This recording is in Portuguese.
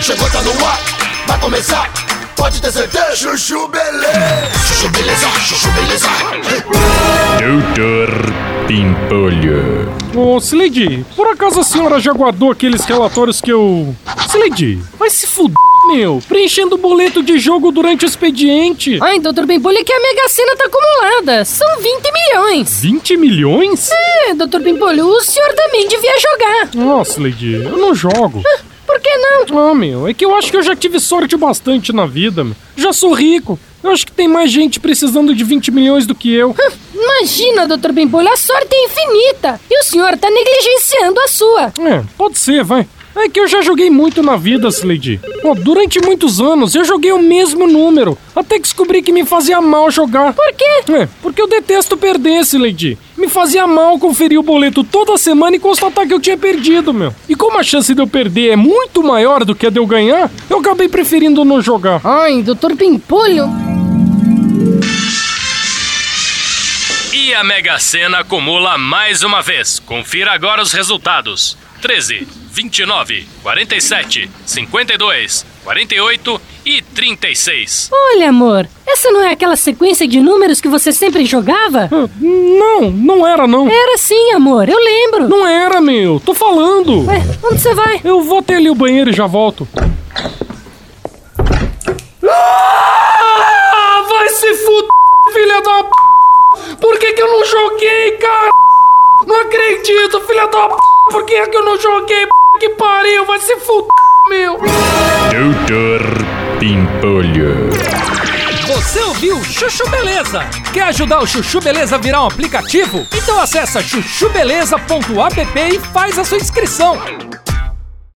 Chegou, tá no ar, vai começar. Pode ter certeza. Chuchu beleza. Chuchu beleza, chuchu beleza. Doutor Pimpolho. Ô, Slade, por acaso a senhora já guardou aqueles relatórios que eu. Slade, vai se fuder, meu! Preenchendo boleto de jogo durante o expediente! Ai, doutor Pimpolho, que a Mega Sena tá acumulada. São 20 milhões. 20 milhões? É, doutor Pimpolho, o senhor também devia jogar. Nossa, Slade, eu não jogo. Por que não? Ah, meu, é que eu acho que eu já tive sorte bastante na vida, meu. Já sou rico. Eu acho que tem mais gente precisando de 20 milhões do que eu. Imagina, doutor Pimpolho, a sorte é infinita. E o senhor tá negligenciando a sua. É, pode ser, vai. É que eu já joguei muito na vida, Slade. Ó, durante muitos anos eu joguei o mesmo número, até que descobri que me fazia mal jogar. Por quê? É, porque eu detesto perder, Slade. Me fazia mal conferir o boleto toda semana e constatar que eu tinha perdido, meu. E como a chance de eu perder é muito maior do que a de eu ganhar, eu acabei preferindo não jogar. Ai, doutor Pimpolho. E a Mega Sena acumula mais uma vez. Confira agora os resultados: 13, 29, 47, 52, 48 e 36. Olha, amor, essa não é aquela sequência de números que você sempre jogava? Ah, Não, não era não. Era sim, amor, eu lembro. Não era, meu. Tô falando. Ué, onde você vai? Eu vou até ali o banheiro e já volto. Ah, vai se fuder, filha da p... Por que que eu não joguei, cara? Não acredito, filha da p... Por que que eu não joguei, p... Que pariu, vai se fuder, meu. Doutor Pimpolho. Você ouviu Chuchu Beleza? Quer ajudar o Chuchu Beleza a virar um aplicativo? Então acessa chuchubeleza.app e faz a sua inscrição.